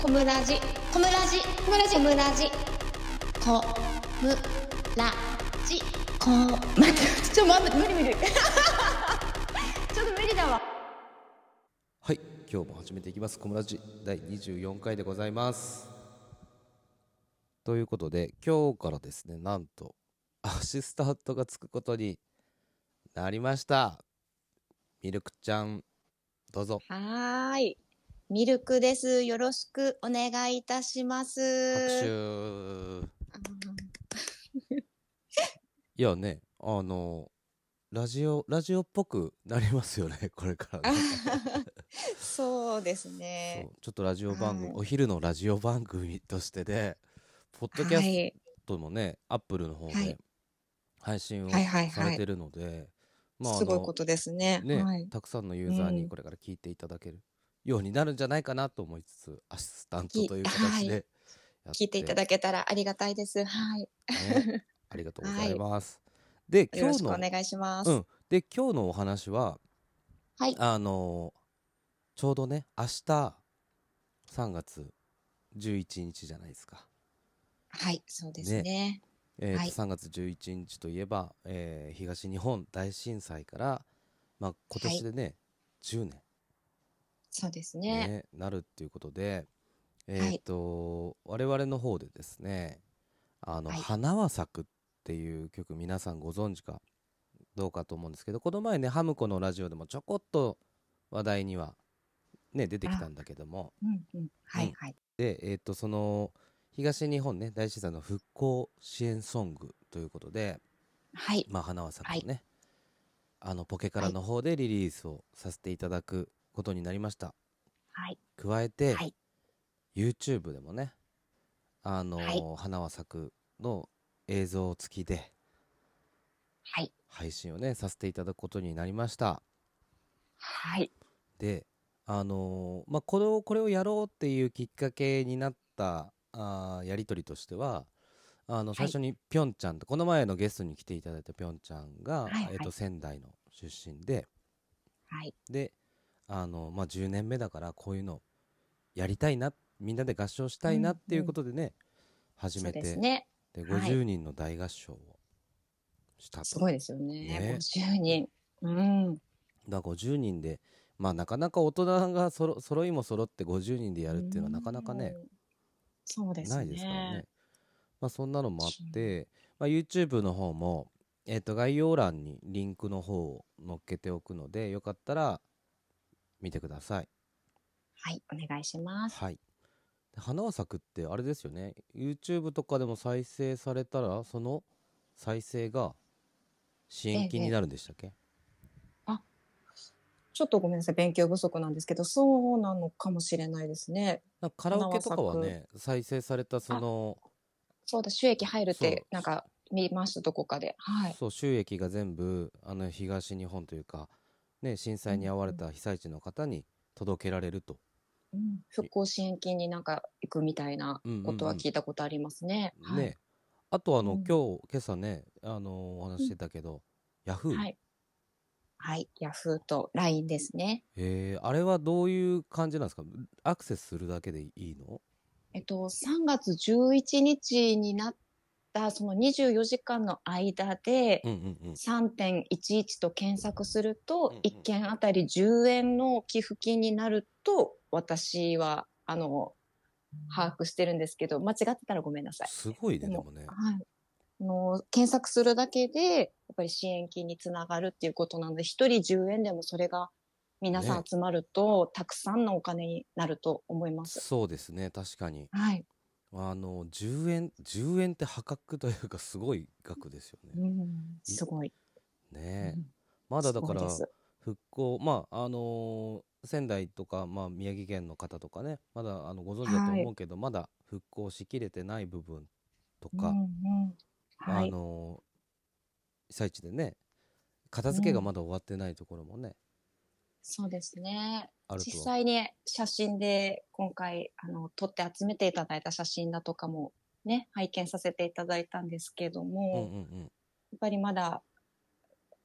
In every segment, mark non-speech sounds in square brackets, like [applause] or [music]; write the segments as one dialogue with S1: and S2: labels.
S1: コムラジコムラジコムラジコムラジコムラジコ待ってちょっと待って無理無理 [laughs] ちょっと無理だわ
S2: はい今日も始めていきますコムラジ第24回でございますということで今日からですねなんとアシスタントがつくことになりましたミルクちゃんどうぞ
S1: はーいミルクですよろしくお願いいたします
S2: 拍手いやねあのラジオラジオっぽくなりますよね [laughs] これから
S1: あ
S2: ね
S1: ー [laughs] そうですね
S2: そうちょっとラジオ番組、
S1: はい
S2: お昼のラジオ番組としてでポッドキャ
S1: は
S2: ス
S1: い
S2: ともねアップルの方
S1: はい
S2: で配信を
S1: はい
S2: さ
S1: はいはい
S2: れてるので、まあ
S1: すごい
S2: の
S1: ことですね
S2: ね、
S1: はい
S2: たくさんのユーザー
S1: う
S2: に
S1: ん
S2: これから聞いていただけるようになるんじゃないかなと思いつつ、アシスタント
S1: き
S2: という形で
S1: は
S2: やっ
S1: 聞いていただけたらありがたいですはい
S2: ねありがとうございます。で
S1: よ
S2: 今
S1: ろ
S2: 日
S1: しくお
S2: の
S1: 願いします、
S2: うんで今日のお話は、
S1: はい
S2: あのちょうどね明日3月11日じゃないですか。
S1: はいそうですね
S2: えーと
S1: はい
S2: 3月11日といえば、えー東日本大震災から、まあ、今年でね、10年、
S1: そうですね
S2: ねなるっていうことで、え
S1: は
S2: ー
S1: い
S2: と我々の方でですね「あの
S1: はい
S2: 花は咲く」っていう曲皆さんご存知かどうかと思うんですけどこの前ねハムコのラジオでもちょこっと話題には、ね、出てきたんだけども
S1: うんうんはいはい、
S2: で、えー、とその東日本ね大震災の復興支援ソングということで。
S1: はい
S2: まあ、花は咲くのね、あのポケカラの方でリリースをさせていただくことになりました、
S1: はい
S2: 加えて、
S1: はい
S2: YouTube でもねあのー
S1: は
S2: 花は咲くの映像付きで
S1: はい
S2: 配信をねさせていただくことになりました
S1: はい
S2: であのーまあこれをこれをやろうっていうきっかけになったあーやり取りとしてはあの
S1: い
S2: 最初にぴょんちゃんと、この前のゲストに来ていただいたぴょんちゃんが、
S1: はいはい
S2: えっと仙台の出身で、
S1: はい
S2: であの、まあ、10年目だからこういうのやりたいなみんなで合唱したいなっていうことでね、始
S1: そ
S2: め
S1: う
S2: て
S1: です
S2: で、
S1: ねはい
S2: 50人の大合唱をした
S1: す
S2: と
S1: ごいですよね
S2: ね
S1: 50人うん
S2: だから50人で、まあ、なかなか大人がそろ揃いも揃って50人でやるっていうのはなかなかね、
S1: うんそうですね
S2: ないですからね、まあ、そんなのもあって、まあ、YouTube の方も、えっと概要欄にリンクの方を載っけておくのでよかったら見てください。
S1: はいお願いします
S2: はい。で花は咲くってあれですよね。YouTube とかでも再生されたらその再生が支援金になるんでしたっけ？
S1: ちょっとごめんなさい勉強不足なんですけどそうなのかもしれないですね
S2: なんかカラオケとかはね再生されたその
S1: そうだ収益入るっ
S2: そう
S1: てなんか見ましたどこかではい
S2: そう収益が全部あの東日本というかね震災に遭われた被災地の方に届けられると。
S1: うん復興支援金になんか行くみたいなことは聞いたことありますねはい
S2: ね。あとあ
S1: う
S2: の
S1: ん
S2: 今日今朝ねあのお話ししてたけど、ヤフー、
S1: はい。はい。ヤフーと LINE ですね。
S2: えーあれはどういう感じなんですか？アクセスするだけでいいの？
S1: えっと、3月11日になったその24時間の間で、
S2: うんうんうん。
S1: 3.11と検索すると、
S2: うんうん
S1: 1件あたり10円の寄付金になると、私は、あの、把握してるんですけど、間違ってたらごめんなさい。
S2: すごいね、
S1: で
S2: で
S1: も
S2: もね。
S1: はい。あの、検索するだけで、やっぱり支援金につながるっていうことなので、一人10円でもそれが皆さ
S2: ね
S1: ん集まると、たくさんのお金になると思います。
S2: そうですね、確かに。
S1: はい。
S2: あの、10円、10円って破格というか、すごい額ですよ
S1: う
S2: ね。
S1: ん、すごい。
S2: ねえ
S1: うん
S2: まだだから
S1: すごい、です
S2: 復興、まあ、あのー仙台とか、まあ、宮城県の方とかね、まだ、あの、ご存知だと思うけど、まだ復興しきれてない部分と
S1: うんう
S2: か、
S1: ん、は
S2: あ
S1: い。
S2: のー被災地でね、片付けがまだ終わってないところもね、
S1: そうですね。
S2: あると
S1: 実
S2: は。
S1: 際に写真で今回あの撮って集めていただいた写真だとかもね拝見させていただいたんですけども、
S2: うんう
S1: やっ
S2: んうん。
S1: ぱりまだ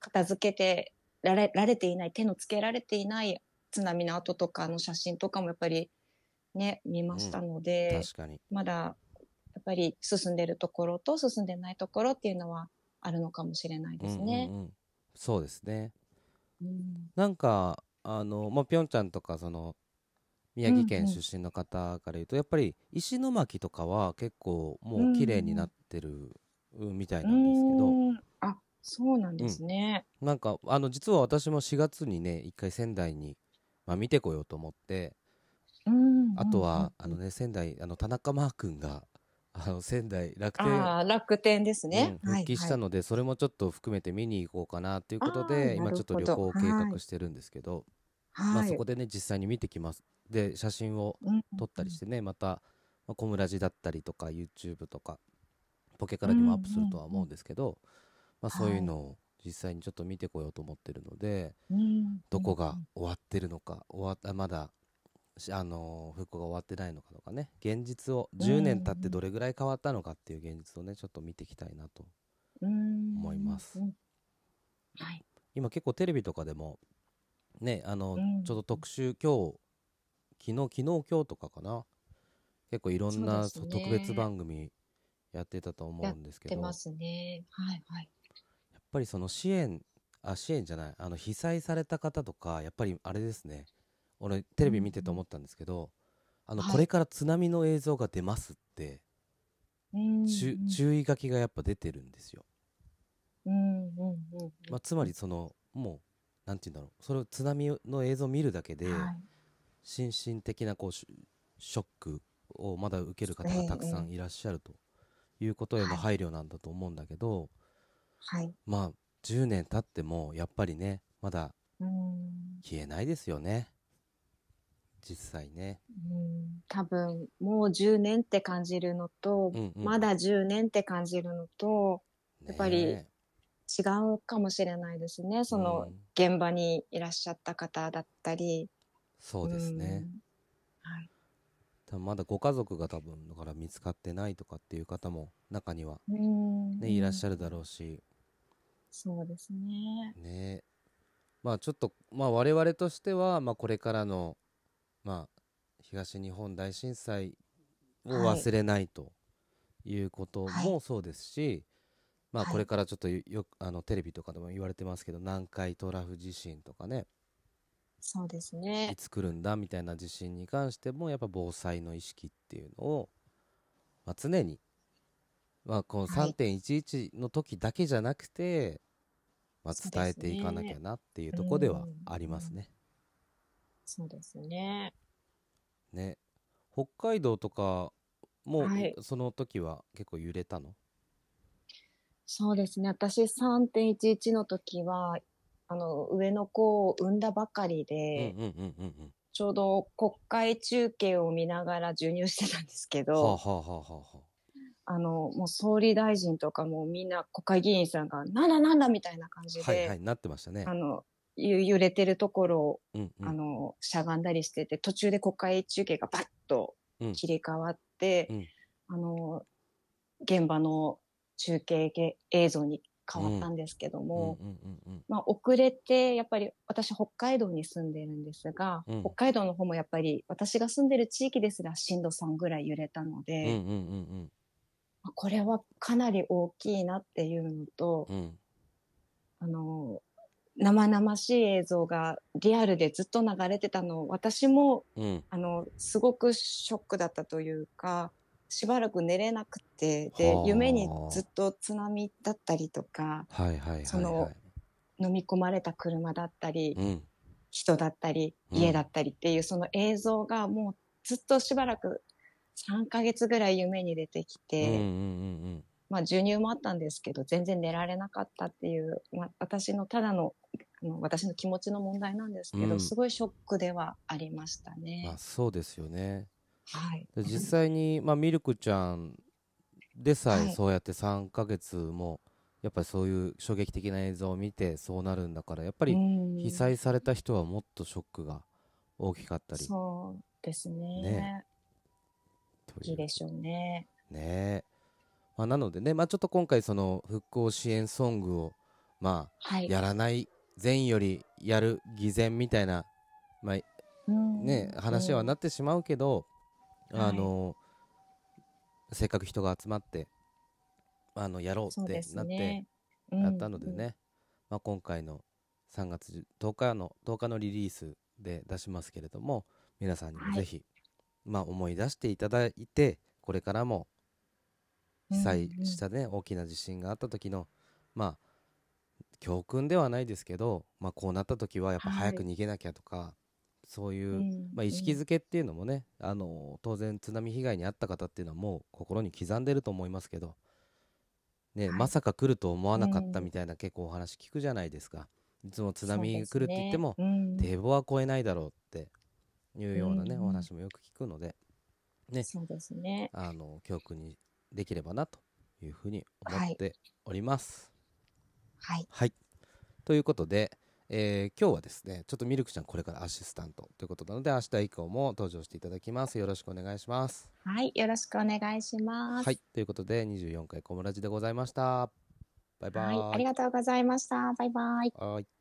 S1: 片付けてられられていない手のつけられていない津波の跡とかの写真とかもやっぱりね、見ましたので、
S2: 確かに
S1: まだ、やっぱり進んでるところと進んでないところっていうのはあるのかもしれないですね
S2: うん。うんうんそうですね
S1: うん
S2: なんかあのまあピョンちゃんとかその宮城県
S1: うんうん
S2: 出身の方から言うと、やっぱり石巻とかは結構もう綺麗になってるうんみたいなんですけど、
S1: うーんあ、そうなんですね。
S2: なんかあの実は私も4月にね一回仙台に、まあ、見てこようと思って
S1: うん
S2: あとは、あのね仙台あの田中マー君があの仙台楽天
S1: ああー、楽天ですね。
S2: うん、復帰した
S1: の。
S2: ので、それもちょっと含めて見に行こうかなということ
S1: あー
S2: で今ちょっと旅行を計
S1: なるほどは
S2: 画
S1: い
S2: してるんですけど、まあ、
S1: はい
S2: そこでね実際に見てきますで写真を撮ったりしてね、また、まあ、コムラジだったりとか YouTube とかポケからにもアップするとは思うんですけど、まあ、そういうのを実際にちょっと見てこようと思ってるので、
S1: うんうん
S2: どこが終わってるのか終わったまだしあのー復興が終わってないのかとかね現実を10年経ってどれぐらい変わったのかっていう現実をねちょっと見ていきたいなと
S1: 思
S2: います
S1: はい。
S2: 今結構テレビとかでもねあの、
S1: うん
S2: ちょっと特集今日昨日昨日今日とかかな結構いろんな、
S1: そ
S2: そうう
S1: ですね
S2: 特別番組やってたと思うんですけ
S1: 出
S2: どや
S1: ま
S2: っ
S1: すね。はいはい。
S2: ぱりその支援あ支援じゃないあの被災された方とかやっぱりあれですね俺テレビ見てて思ったんですけど、あの
S1: はい
S2: これから津波の映像が出ますって、
S1: うん
S2: ちゅ注意書きがやっぱ出てるんですよ。
S1: うんうんうん。
S2: まあ、つまりそのもうなんて言うんだろうそれを津波の映像を見るだけ
S1: は
S2: で、
S1: い
S2: 心身的なこうショショックをまだ受ける方がたくさんいらっしゃるということへの
S1: はい
S2: 配慮なんだと思うんだけど、
S1: はい。
S2: まあ10年経ってもやっぱりねまだ
S1: うん。
S2: 消えないですよね実際ね、
S1: うん多分もう10年って感じるのと
S2: う、んうん
S1: まだ10年って感じるのと
S2: ね
S1: やっぱり違うかもしれないですね。その
S2: うん
S1: 現場にいらっしゃった方だったり。
S2: そうですね、
S1: うん。はい。
S2: 多分まだご家族が多分だから見つかってないとかっていう方も中には、
S1: うん
S2: ねいらっしゃ
S1: る。
S2: るだろうし、
S1: そうですね。
S2: ねまあちょっと、まあ、我々としては、まあ、これからの、まあ、東日本大震災を
S1: はい
S2: 忘れないということ
S1: は
S2: もそうですし、まあ、
S1: はい
S2: これからちょっとよよあのテレビとかでも言われてますけど南海トラフ地震とかね
S1: そうですね
S2: い。つ来るんだみたいな地震に関してもやっぱ防災の意識っていうのを、まあ、常に、まあ、この
S1: はい
S2: 3.11の時だけじゃなくて、まあ、
S1: そうです
S2: 伝
S1: ね
S2: えていかなきゃなっていうとこでは
S1: うん
S2: ありますね。
S1: そうですね。
S2: ね北海道とかも、
S1: はい
S2: その時は結構揺れたの
S1: そうですね。私3.11の時は、あの、上の子を産んだばかり
S2: うん
S1: で、
S2: うんうんうんうん。
S1: ちょうど国会中継を見ながら授乳してたんですけ
S2: はあ
S1: ど、
S2: はあはあはあはあ。
S1: あの、もう総理大臣とかもみんな国会議員さんが、なんだなんだみたいな感じで、
S2: はいはいなってましたね
S1: あ。の、ゆ揺れてるところを、
S2: うんうん
S1: あの、しゃがんだりしてて、途中で国会中継がバッと
S2: うん
S1: 切り替わって、
S2: うん
S1: あの、現場の中継げ映像に変わったんですけども、
S2: うんうんうん
S1: まあ、遅れて、やっぱり私、北海道に住んでるんですが、
S2: うん
S1: 北海道の方もやっぱり私が住んでる地域ですら震度3ぐらい揺れたの
S2: うん。うんう
S1: で、
S2: んうん
S1: まあこれはかなり大きいなっていうのと、
S2: うんうん。
S1: あの、生々しい映像がリアルでずっと流れてたのを、私も、
S2: うん。
S1: あの、すごくショックだったというか、しばらく寝れなくて、で
S2: は、あ
S1: 夢にずっと津波だったりとか、
S2: はいはいはい
S1: そ
S2: は
S1: の
S2: い。
S1: 飲み込まれた車だったり、
S2: うん。
S1: 人だったり
S2: うん
S1: 家だったりっていうその映像がもうずっとしばらく3ヶ月ぐらい夢に出てきて、
S2: うんうんうん
S1: まあ授乳もあったんですけど全然寝られなかったっていう、まあ、私のただのあの私の気持ちの問題なんですけど、
S2: うん
S1: すごいショックではありました
S2: うん。ま
S1: ね
S2: あ。そうですよね。
S1: はい、
S2: で実際に、まあ、ミルクちゃんでさ
S1: は
S2: え
S1: い
S2: そうやって3ヶ月もやっぱりそういう衝撃的な映像を見てそうなるんだからやっぱり
S1: うん
S2: 被災された人はもっとショックが大きかったり
S1: そうですね
S2: ね
S1: 大
S2: と
S1: き
S2: い
S1: いうでしょうね。
S2: ねえまあ、なのでね、まあ、ちょっと今回その復興支援ソングをま
S1: は
S2: あ
S1: い、
S2: やらない善意よりやる偽善みたいな、まあ
S1: うん
S2: ね、話はなってしまうけど、あの、せっかく人が集まってあのやろう
S1: そ
S2: っ
S1: うで
S2: て
S1: す
S2: なって、
S1: ね。
S2: やったのでね、
S1: うんうん
S2: まあ、今回の3月10日の10日のリリースで出しますけれども皆さんにも
S1: はい
S2: ぜひ、まあ、思い出していただいてこれからも被災したね、大きな地震があった時のまあ教訓ではないですけど、まあ、こうなった時はやっぱ
S1: はい
S2: 早く逃げなきゃとか、そういう、
S1: うん
S2: まあ、意識づけっていうのもね、あの当然津波被害に遭った方っていうのはもう心に刻んでると思いますけど、ね
S1: はい
S2: まさか来ると思わなかった
S1: うん
S2: みたいな結構お話聞くじゃないですか、いつも津
S1: そう
S2: 波
S1: で
S2: が
S1: す
S2: 来るって言っても、
S1: ねうん
S2: 堤防は越えないだろうっていうようなね、
S1: うんうん
S2: お話もよく聞くのでね
S1: そうですね。
S2: あの教訓にできればなというふうに思
S1: はい
S2: っております。
S1: はい。
S2: はい。ということで、えー今日はですね、ちょっとミルクちゃんこれからアシスタントということなので、明日以降も登場していただきます。よろしくお願いします。
S1: はい。よろしくお願いします。
S2: はい。ということで、24回小村寺でございました。バイバイ。
S1: はい。ありがとうございました。バイバイ。
S2: はい